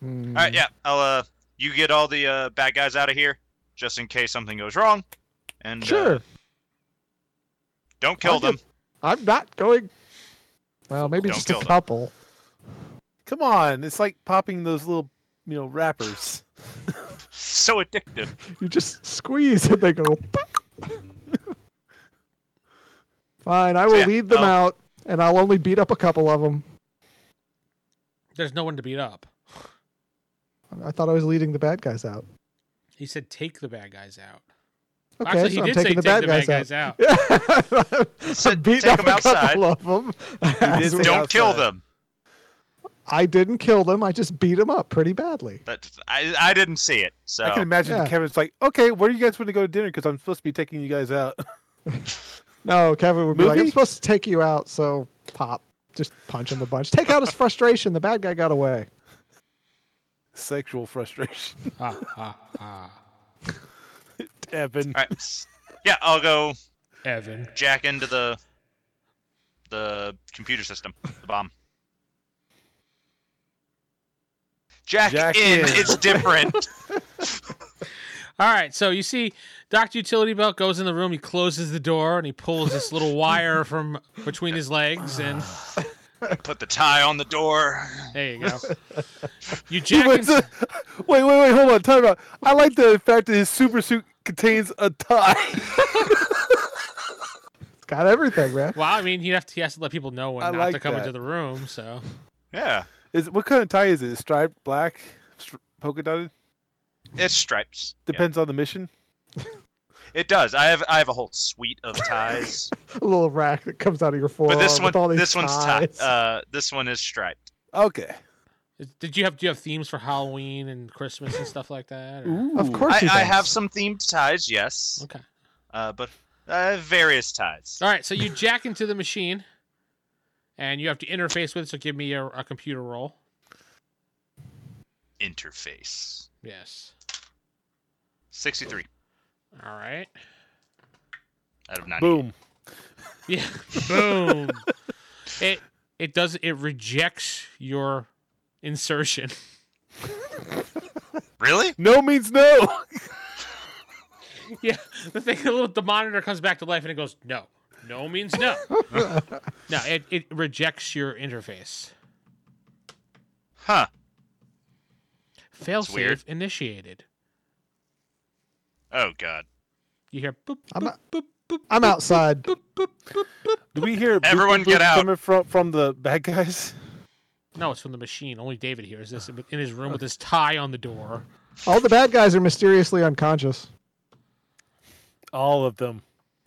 Mm-hmm. Hmm. All right, yeah. I'll uh, you get all the uh, bad guys out of here, just in case something goes wrong, and uh, Sure. don't kill I'll them. get- I'm not going. Well, maybe Don't just a kill them. couple. Come on, it's like popping those little, you know, wrappers. So addictive. You just squeeze and they go. pop. Fine, I will yeah, lead them I'll- out, and I'll only beat up a couple of them. there's no one to beat up. I thought I was leading the bad guys out. He said, "Take the bad guys out." Okay, Actually, he so I'm did say taking the take bad the guys, bad guys out. out. Yeah, Said I'm beating take up 'em a outside. couple of them. did say- Don't kill outside. them. I didn't kill them. I just beat them up pretty badly. But I, I didn't see it. So I can imagine Yeah. Kevin's like, okay, where are you guys going to go to dinner? Because I'm supposed to be taking you guys out. No, Kevin would be like, Movie? I'm supposed to take you out, so pop. Just punch him a bunch. Take out his frustration. The bad guy got away. Sexual frustration. Ha, ha, ha. Evan. all right. s- Yeah, I'll go Evan. jack into the the computer system, the bomb. Jack, Jack in. in. It's different. All right, so you see, Doctor Utility Belt goes in the room. He closes the door and he pulls this little wire from between his legs, and Put the tie on the door. there you go. You He jack. was in- a- wait, wait, wait, hold on. Time out. I like the fact that his super suit contains a tie. It's got everything, man. well, I mean, he have to he has to let people know when I not to like come that. into the room. So Yeah, Is what kind of tie is it? Striped, black, stri- polka dotted? it's stripes. Yeah, Depends on the mission. it does. I have I have a whole suite of ties, A little rack that comes out of your forearm but this with all one these this one's tie. ties. Uh, this one is striped. Okay. did you have do you have themes for Halloween and Christmas and stuff like that? or- of Ooh. course, I, he I does. have some themed ties, yes, Okay. uh, but I have various ties. All right, so you jack into the machine, and you have to interface with it. So give me a, a computer roll. Interface Yes. sixty three All right. out of ninety. Boom. Yeah. Boom. it it does it rejects your insertion. Really? No means no. yeah. The thing the little the monitor comes back to life and it goes, No. No means no. no, it, it rejects your interface. Huh. Fail That's weird. save initiated. Oh god. You hear boop I'm boop, a- boop boop I'm boop, outside. boop, boop, boop, boop. Do we hear boop, Everyone boop, get boop out. coming from from the bad guys? No, it's from the machine. Only David hears this in his room with his tie on the door. All the bad guys are mysteriously unconscious. All of them.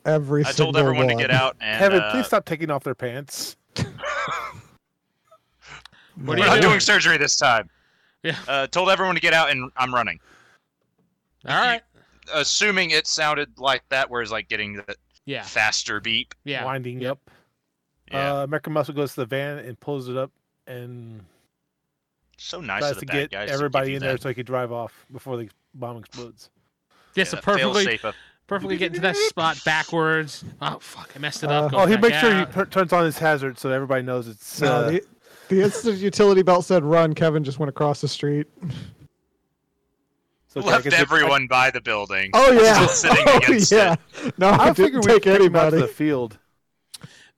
Every I told single everyone to one. get out and Kevin, uh, please stop taking off their pants. What we're are not you doing surgery this time. Yeah. Uh, told everyone to get out and I'm running. All right. Assuming it sounded like that, whereas like getting the Yeah. faster beep. Yeah. Winding Yep. up. Yeah. Uh, American Muscle goes to the van and pulls it up and so nice tries of the to bad get guys to give everybody you in that. there so he could drive off before the bomb explodes. Yes, yeah, a perfectly fail-safe of- perfectly getting to that spot backwards. Oh fuck, I messed it up. Uh, Go Oh, he back makes sure he out. per- turns on his hazard so everybody knows it's. No, uh, the, the instant utility belt said run, Kevin just went across the street. so I left guess it- everyone by the building. Oh yeah. Just sitting oh, against yeah. No, I, I figure didn't take anybody. to the field.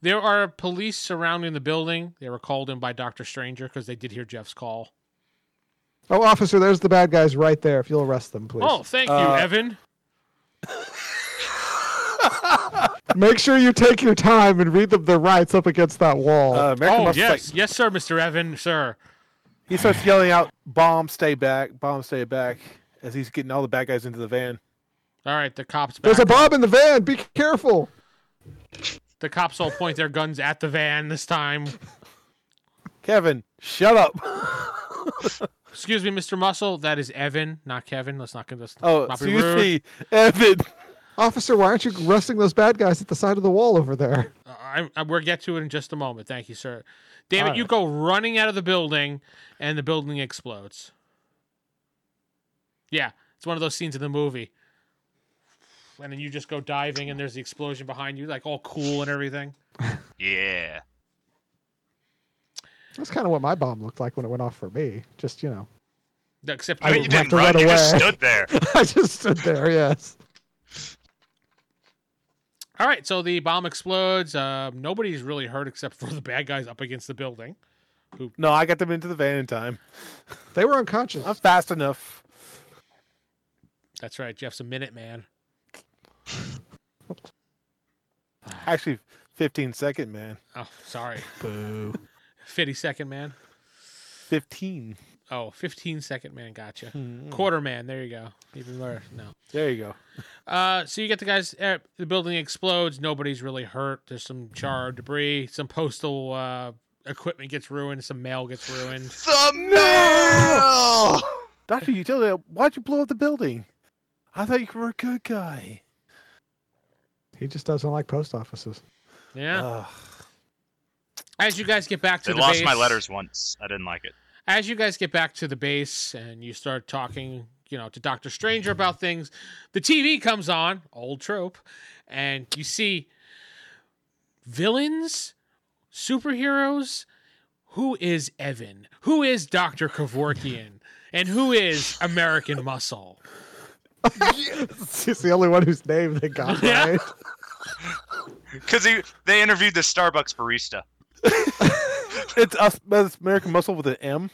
There are police surrounding the building. They were called in by Doctor Stranger because they did hear Jeff's call. Oh, officer, there's the bad guys right there. If you'll arrest them, please. Oh, thank you, Uh, Evan. Make sure you take your time and read them their rights up against that wall. Uh, American Oh Muscle's yes, like- yes, sir, Mister Evan, sir. he starts yelling out, "Bomb, stay back! Bomb, stay back!" As he's getting all the bad guys into the van. All right, the cops. Back. there's a bomb in the van. Be careful. the cops all point their guns at the van this time. Kevin, shut up! Excuse me, Mister Muscle. That is Evan, not Kevin. Let's not get this. Oh, not be excuse rude. me, Evan. Officer, why aren't you arresting those bad guys at the side of the wall over there? Uh, I, I, we'll get to it in just a moment. Thank you, sir. David, All you go running out of the building, and the building explodes. Yeah, it's one of those scenes in the movie. And then you just go diving, and there's the explosion behind you, like all cool and everything. Yeah. That's kind of what my bomb looked like when it went off for me. Just you know, Except I you- I mean, didn't you have didn't to run. run You just away. stood there. I just stood there. Yes. all right, so the bomb explodes. Uh, nobody's really hurt except for the bad guys up against the building. No, I got them into the van in time. They were unconscious. I'm fast enough. That's right, Jeff's a minute man. Actually, 15 second, man. Oh, sorry, Boo. fifty second man. 15. Oh, 15 second man. Gotcha. Mm. Quarter man. There you go. Even worse. No. There you go. Uh, so you get the guys. Uh, the building explodes. Nobody's really hurt. There's some charred debris, some postal uh, equipment gets ruined, some mail gets ruined. The mail! Doctor Utility, why'd you blow up the building? I thought you were a good guy. He just doesn't like post offices. Yeah. Ugh. As you guys get back to Uh, the They lost my base- letters once. I didn't like it. as you guys get back to the base and you start talking, you know, to Doctor Stranger about things, the TV comes on, old trope, and you see villains, superheroes. Who is Evan? Who is Doctor Kevorkian? And who is American Muscle? He's the only one whose name they got Yeah. right. Because they interviewed the Starbucks barista. It's us, that's American Muscle with an M.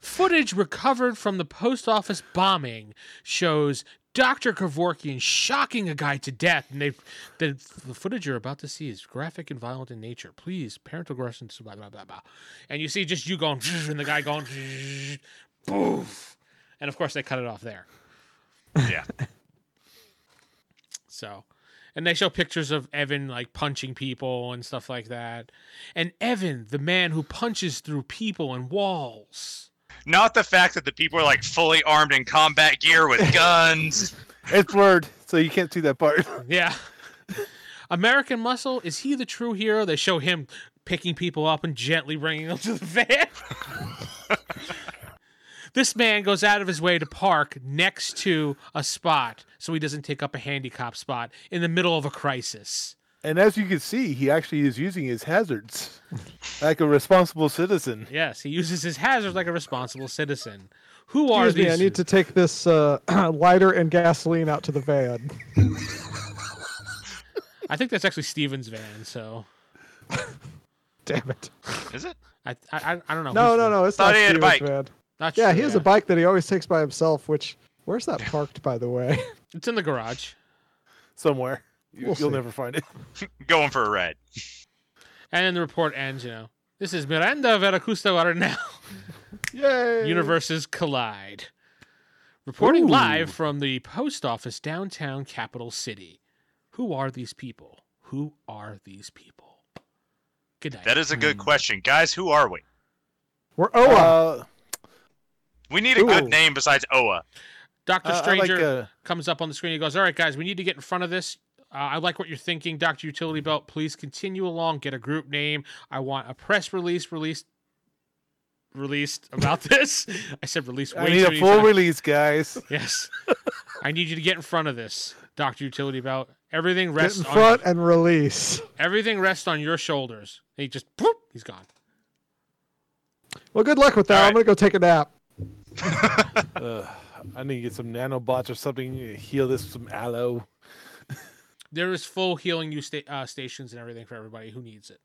Footage recovered from the post office bombing shows Dr. Kevorkian shocking a guy to death. And they, the, the footage you're about to see is graphic and violent in nature. Please, parental aggression, blah, blah, blah, blah. And you see just you going, and the guy going, boof. And of course, they cut it off there. Yeah. So, and they show pictures of Evan like punching people and stuff like that. And Evan, the man who punches through people and walls. Not the fact that the people are like fully armed in combat gear with guns. It's blurred, so you can't see that part. Yeah. American Muscle, is he the true hero? They show him picking people up and gently bringing them to the van. this man goes out of his way to park next to a spot so he doesn't take up a handicap spot in the middle of a crisis. And as you can see, he actually is using his hazards like a responsible citizen. Yes, he uses his hazards like a responsible citizen. Who are Excuse me, these? I need to take this uh, lighter and gasoline out to the van. I think that's actually Steven's van, so Damn it! Is it? I I, I- I don't know. No, who's no, the- no. It's Thought not he had a Steven's bike. van. Not Yeah, sure, he has a bike that he always takes by himself. Which where's that parked, by the way? It's in the garage. somewhere. You, We'll will see. never find it. Going for a ride. And then the report ends, you know. This is Miranda Veracusta Varnell. Yay! Universes collide. Reporting Ooh. live from the post office downtown capital city. Who are these people? Who are these people? Good night. That is a good Hmm. question. Guys, who are we? We're Oa. Uh, We need a Ooh. good name besides Oa. Doctor uh, I like, Stranger uh, comes up on the screen. He goes, "All right, guys, we need to get in front of this. Uh, I like what you're thinking, Doctor Utility Belt. Please continue along. Get a group name. I want a press release released." Released about this. I said release. I way need too a many full times. release, guys. Yes. I need you to get in front of this, Doctor Utility Belt. Everything Get rests in on front and release. everything rests on your shoulders. He just poof, he's gone. Well, good luck with that. All I'm gonna go take a nap. Ugh, I need to get some nanobots or something to heal this with some aloe. There is full healing you sta- uh, stations and everything for everybody who needs it.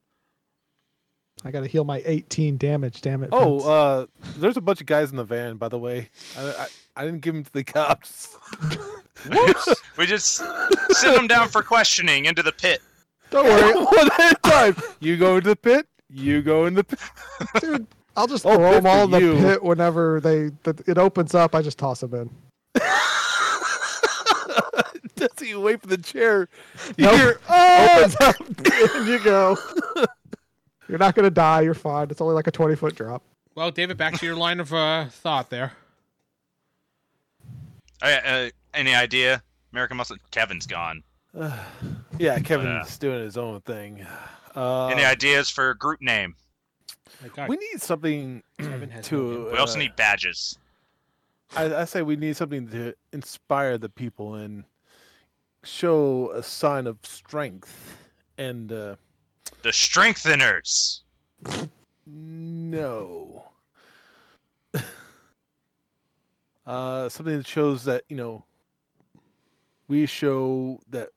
I gotta heal my 18 damage. Damn it! Oh, Vince. uh, there's a bunch of guys in the van, by the way. I, I, I didn't give them to the cops. We just send them down for questioning into the pit. don't worry, One at a time. You go into the pit. You go in the pit. dude. I'll just Oh, throw good them all in for the you. pit whenever they that it opens up. I just toss them in. Doesn't even wait for the chair. You Nope. hear, oh, Opens up, in you go. You're not gonna die. You're fine. It's only like a 20 foot drop. Well, David, back to your line of uh, thought there. Uh, uh, any idea? American Muscle. Kevin's gone. yeah, Kevin's Yeah. doing his own thing. Uh, any ideas for a group name? My God, we need something Kevin has no to. name. We also uh, need badges. I, I say we need something to inspire the people and show a sign of strength. And uh, The Strengtheners. no, uh, something that shows that you know we show that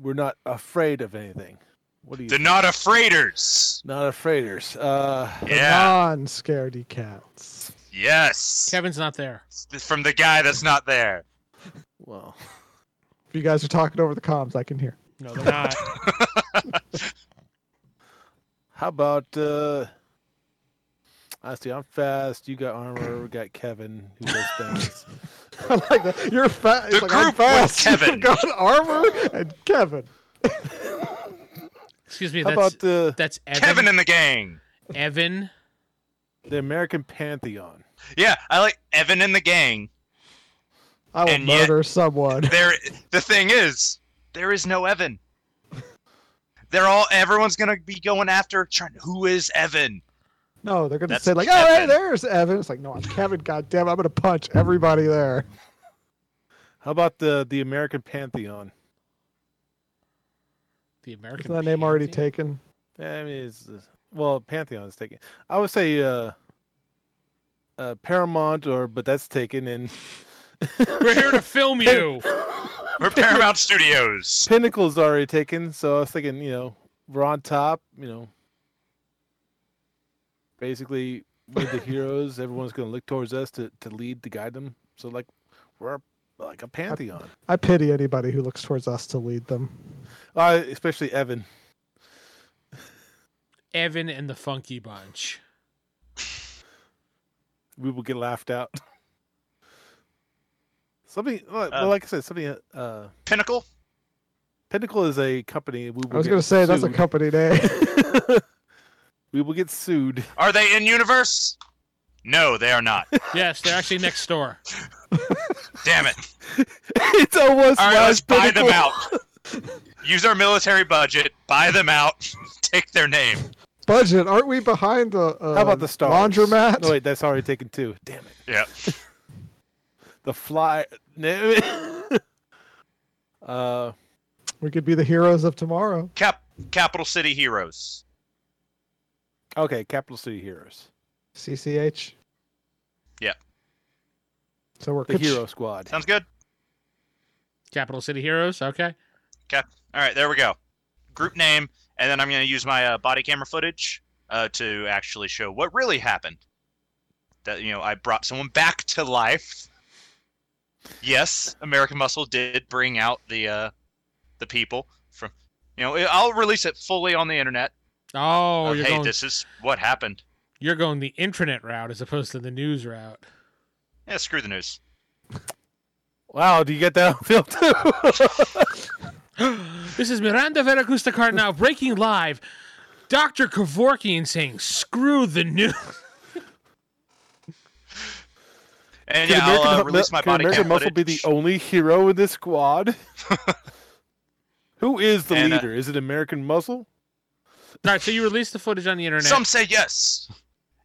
we're not afraid of anything. What do you? The Not Afraiders. Not afraiders. Uh, Yeah. Non scaredy cats. Yes. Kevin's not there. It's From the guy that's not there. well, If you guys are talking over the comms, I can hear. No, they're not. how about? Uh, I see. I'm fast. You got armor. We got Kevin who does things. I like that. You're fat. The like, I'm group with fast. Kevin. You've got armor and Kevin. Excuse me. How That's about uh, the that's Evan. Kevin and the gang. Evan. the American Pantheon? Yeah, I like Evan and the gang. I will And yet- murder someone. There, the thing is, there is no Evan. They're all. Everyone's gonna be going after trying. Who is Evan? No, they're gonna That's say like, "Oh, hey, Kevin. there's Evan." It's like, no, I'm Kevin. God damn, it, I'm gonna punch everybody there. How about the the American Pantheon? The American. Isn't that name already Pantheon? taken? Eh, I mean, it's, uh, well, Pantheon is taken. I would say uh, uh, Paramount, or but that's taken, and We're here to film you. We're Paramount Studios. Pinnacle's already taken. So I was thinking, you know, we're on top. You know, basically we're the heroes. Everyone's going to look towards us to to lead to guide them. So like we're like a pantheon, I pity anybody who looks towards us to lead them. uh, especially Evan. Evan and the Funky Bunch. we will get laughed out. Something like, Uh, like I said, something. Uh, Pinnacle. Pinnacle is a company. We will I was get gonna say that's a sued. company name. we will get sued. Are they in universe? No, they are not. Yes, they're actually next door. Damn it. it's almost All right, let's last buy Pinnacle. them out. Use our military budget. Buy them out. Take their name. Budget? Aren't we behind the? Uh, How about the Star Wars? laundromat? No, wait, that's already taken too. Damn it. Yeah. The fly. No. uh, We could be the heroes of tomorrow. Cap Capital City Heroes. okay, Capital City Heroes, CCH. Yeah. So we're the cont- Hero Squad. Sounds good. Capital City Heroes. Okay. All right, there we go. Group name, and then I'm going to use my uh, body camera footage uh, to actually show what really happened. That you know, I brought someone back to life. Yes, American Muscle did bring out the uh, the people from. You know, I'll release it fully on the internet. Oh, Uh, you're hey, going. this is what happened. You're going the intranet route as opposed to the news route. Yeah, screw the news. Wow, do you get that on film too? this is Miranda Veragusta Cardinal breaking live. Dr. Kevorkian saying, screw the news. And Could yeah, I'll uh, Mu- release my could body American cam Muscle footage. be the only hero in this squad? Who is the And, uh, leader? is it American Muscle? All right, so you release the footage on the internet. Some say yes.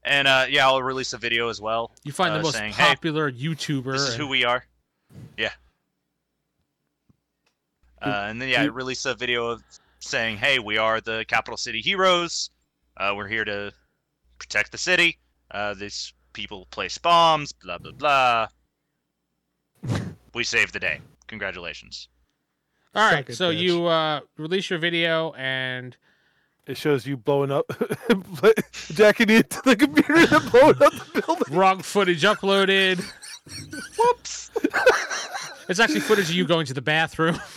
And uh, yeah, I'll release a video as well. you find uh, the most saying, "Hey, popular YouTuber. This is who and- we are. Yeah. Uh, and then yeah, I released a video of saying, "Hey, we are the Capital City Heroes. Uh, we're here to protect the city. Uh, these people place bombs. Blah blah blah. we saved the day. Congratulations." All Suck right, it, so bitch. you uh, release your video and It shows you blowing up, jacking into the computer and blowing up the building. wrong footage uploaded. Whoops. it's actually footage of you going to the bathroom.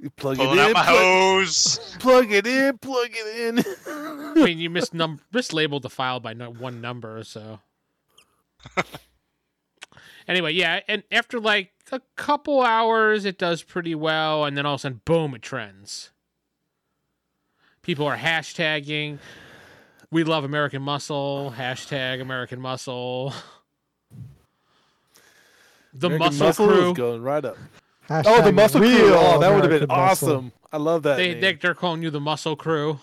You plug Pulling it out in, my plug, hose. plug it in, plug it in. I mean, you misnum- mislabeled the file by no- one number, so. anyway, yeah, and after like a couple hours, it does pretty well, and then all of a sudden, boom, it trends. People are hashtagging. We love American Muscle. Hashtag American Muscle. The American Muscle, Crew. is going right up. Oh, Hashtag the muscle real crew! Oh, that would have American been Muscle. awesome. I love that. They, name. they, they're calling you the Muscle Crew.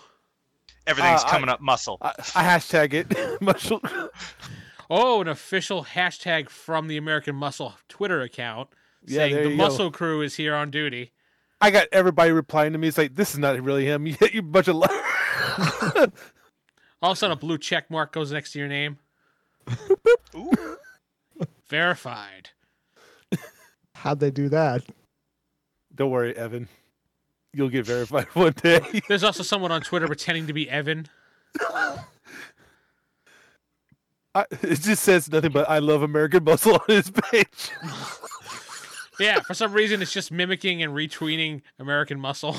Everything's Uh, I- coming up muscle. I, I hashtag it. muscle. Oh, an official hashtag from the American Muscle Twitter account Yeah, saying there the you go. Muscle Crew is here on duty. I got everybody replying to me. It's like this is not really him. You, you bunch of li- All of a sudden, a blue check mark goes next to your name. Ooh. Verified. How'd they do that? Don't worry, Evan. You'll get verified one day. There's also someone on Twitter pretending to be Evan. I, it just says nothing but "I love American Muscle" on his page. Yeah, for some reason, it's just mimicking and retweeting American Muscle.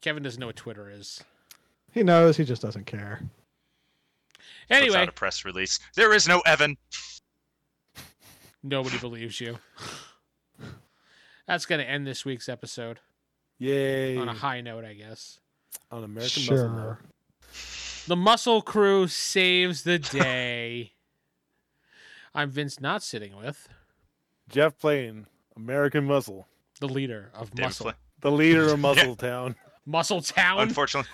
Kevin doesn't know what Twitter is. He knows. He just doesn't care. Puts Anyway, out a press release. There is no Evan. Nobody believes you. that's going to end this week's episode Yay. on a high note, I guess. On American sure. Muscle. Now. The Muscle Crew saves the day. I'm Vince, not sitting with Jeff Plain, American Muscle, the leader of David Muscle Flynn. the leader of Muscle Town. Muscle Town. Unfortunately.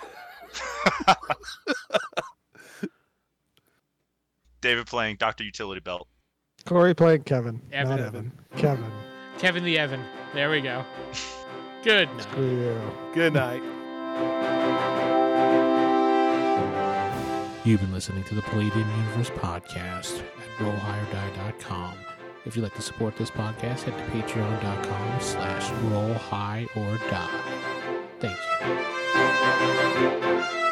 David playing Dr. Utility Belt. Corey playing Kevin. Evan. Not Evan. Kevin. Kevin the Evan. There we go. Good night. Screw you. Good night. You've been listening to the Palladium Universe podcast at rollhighordie.com. If you'd like to support this podcast, head to patreon.com slash roll high or die. Thank you.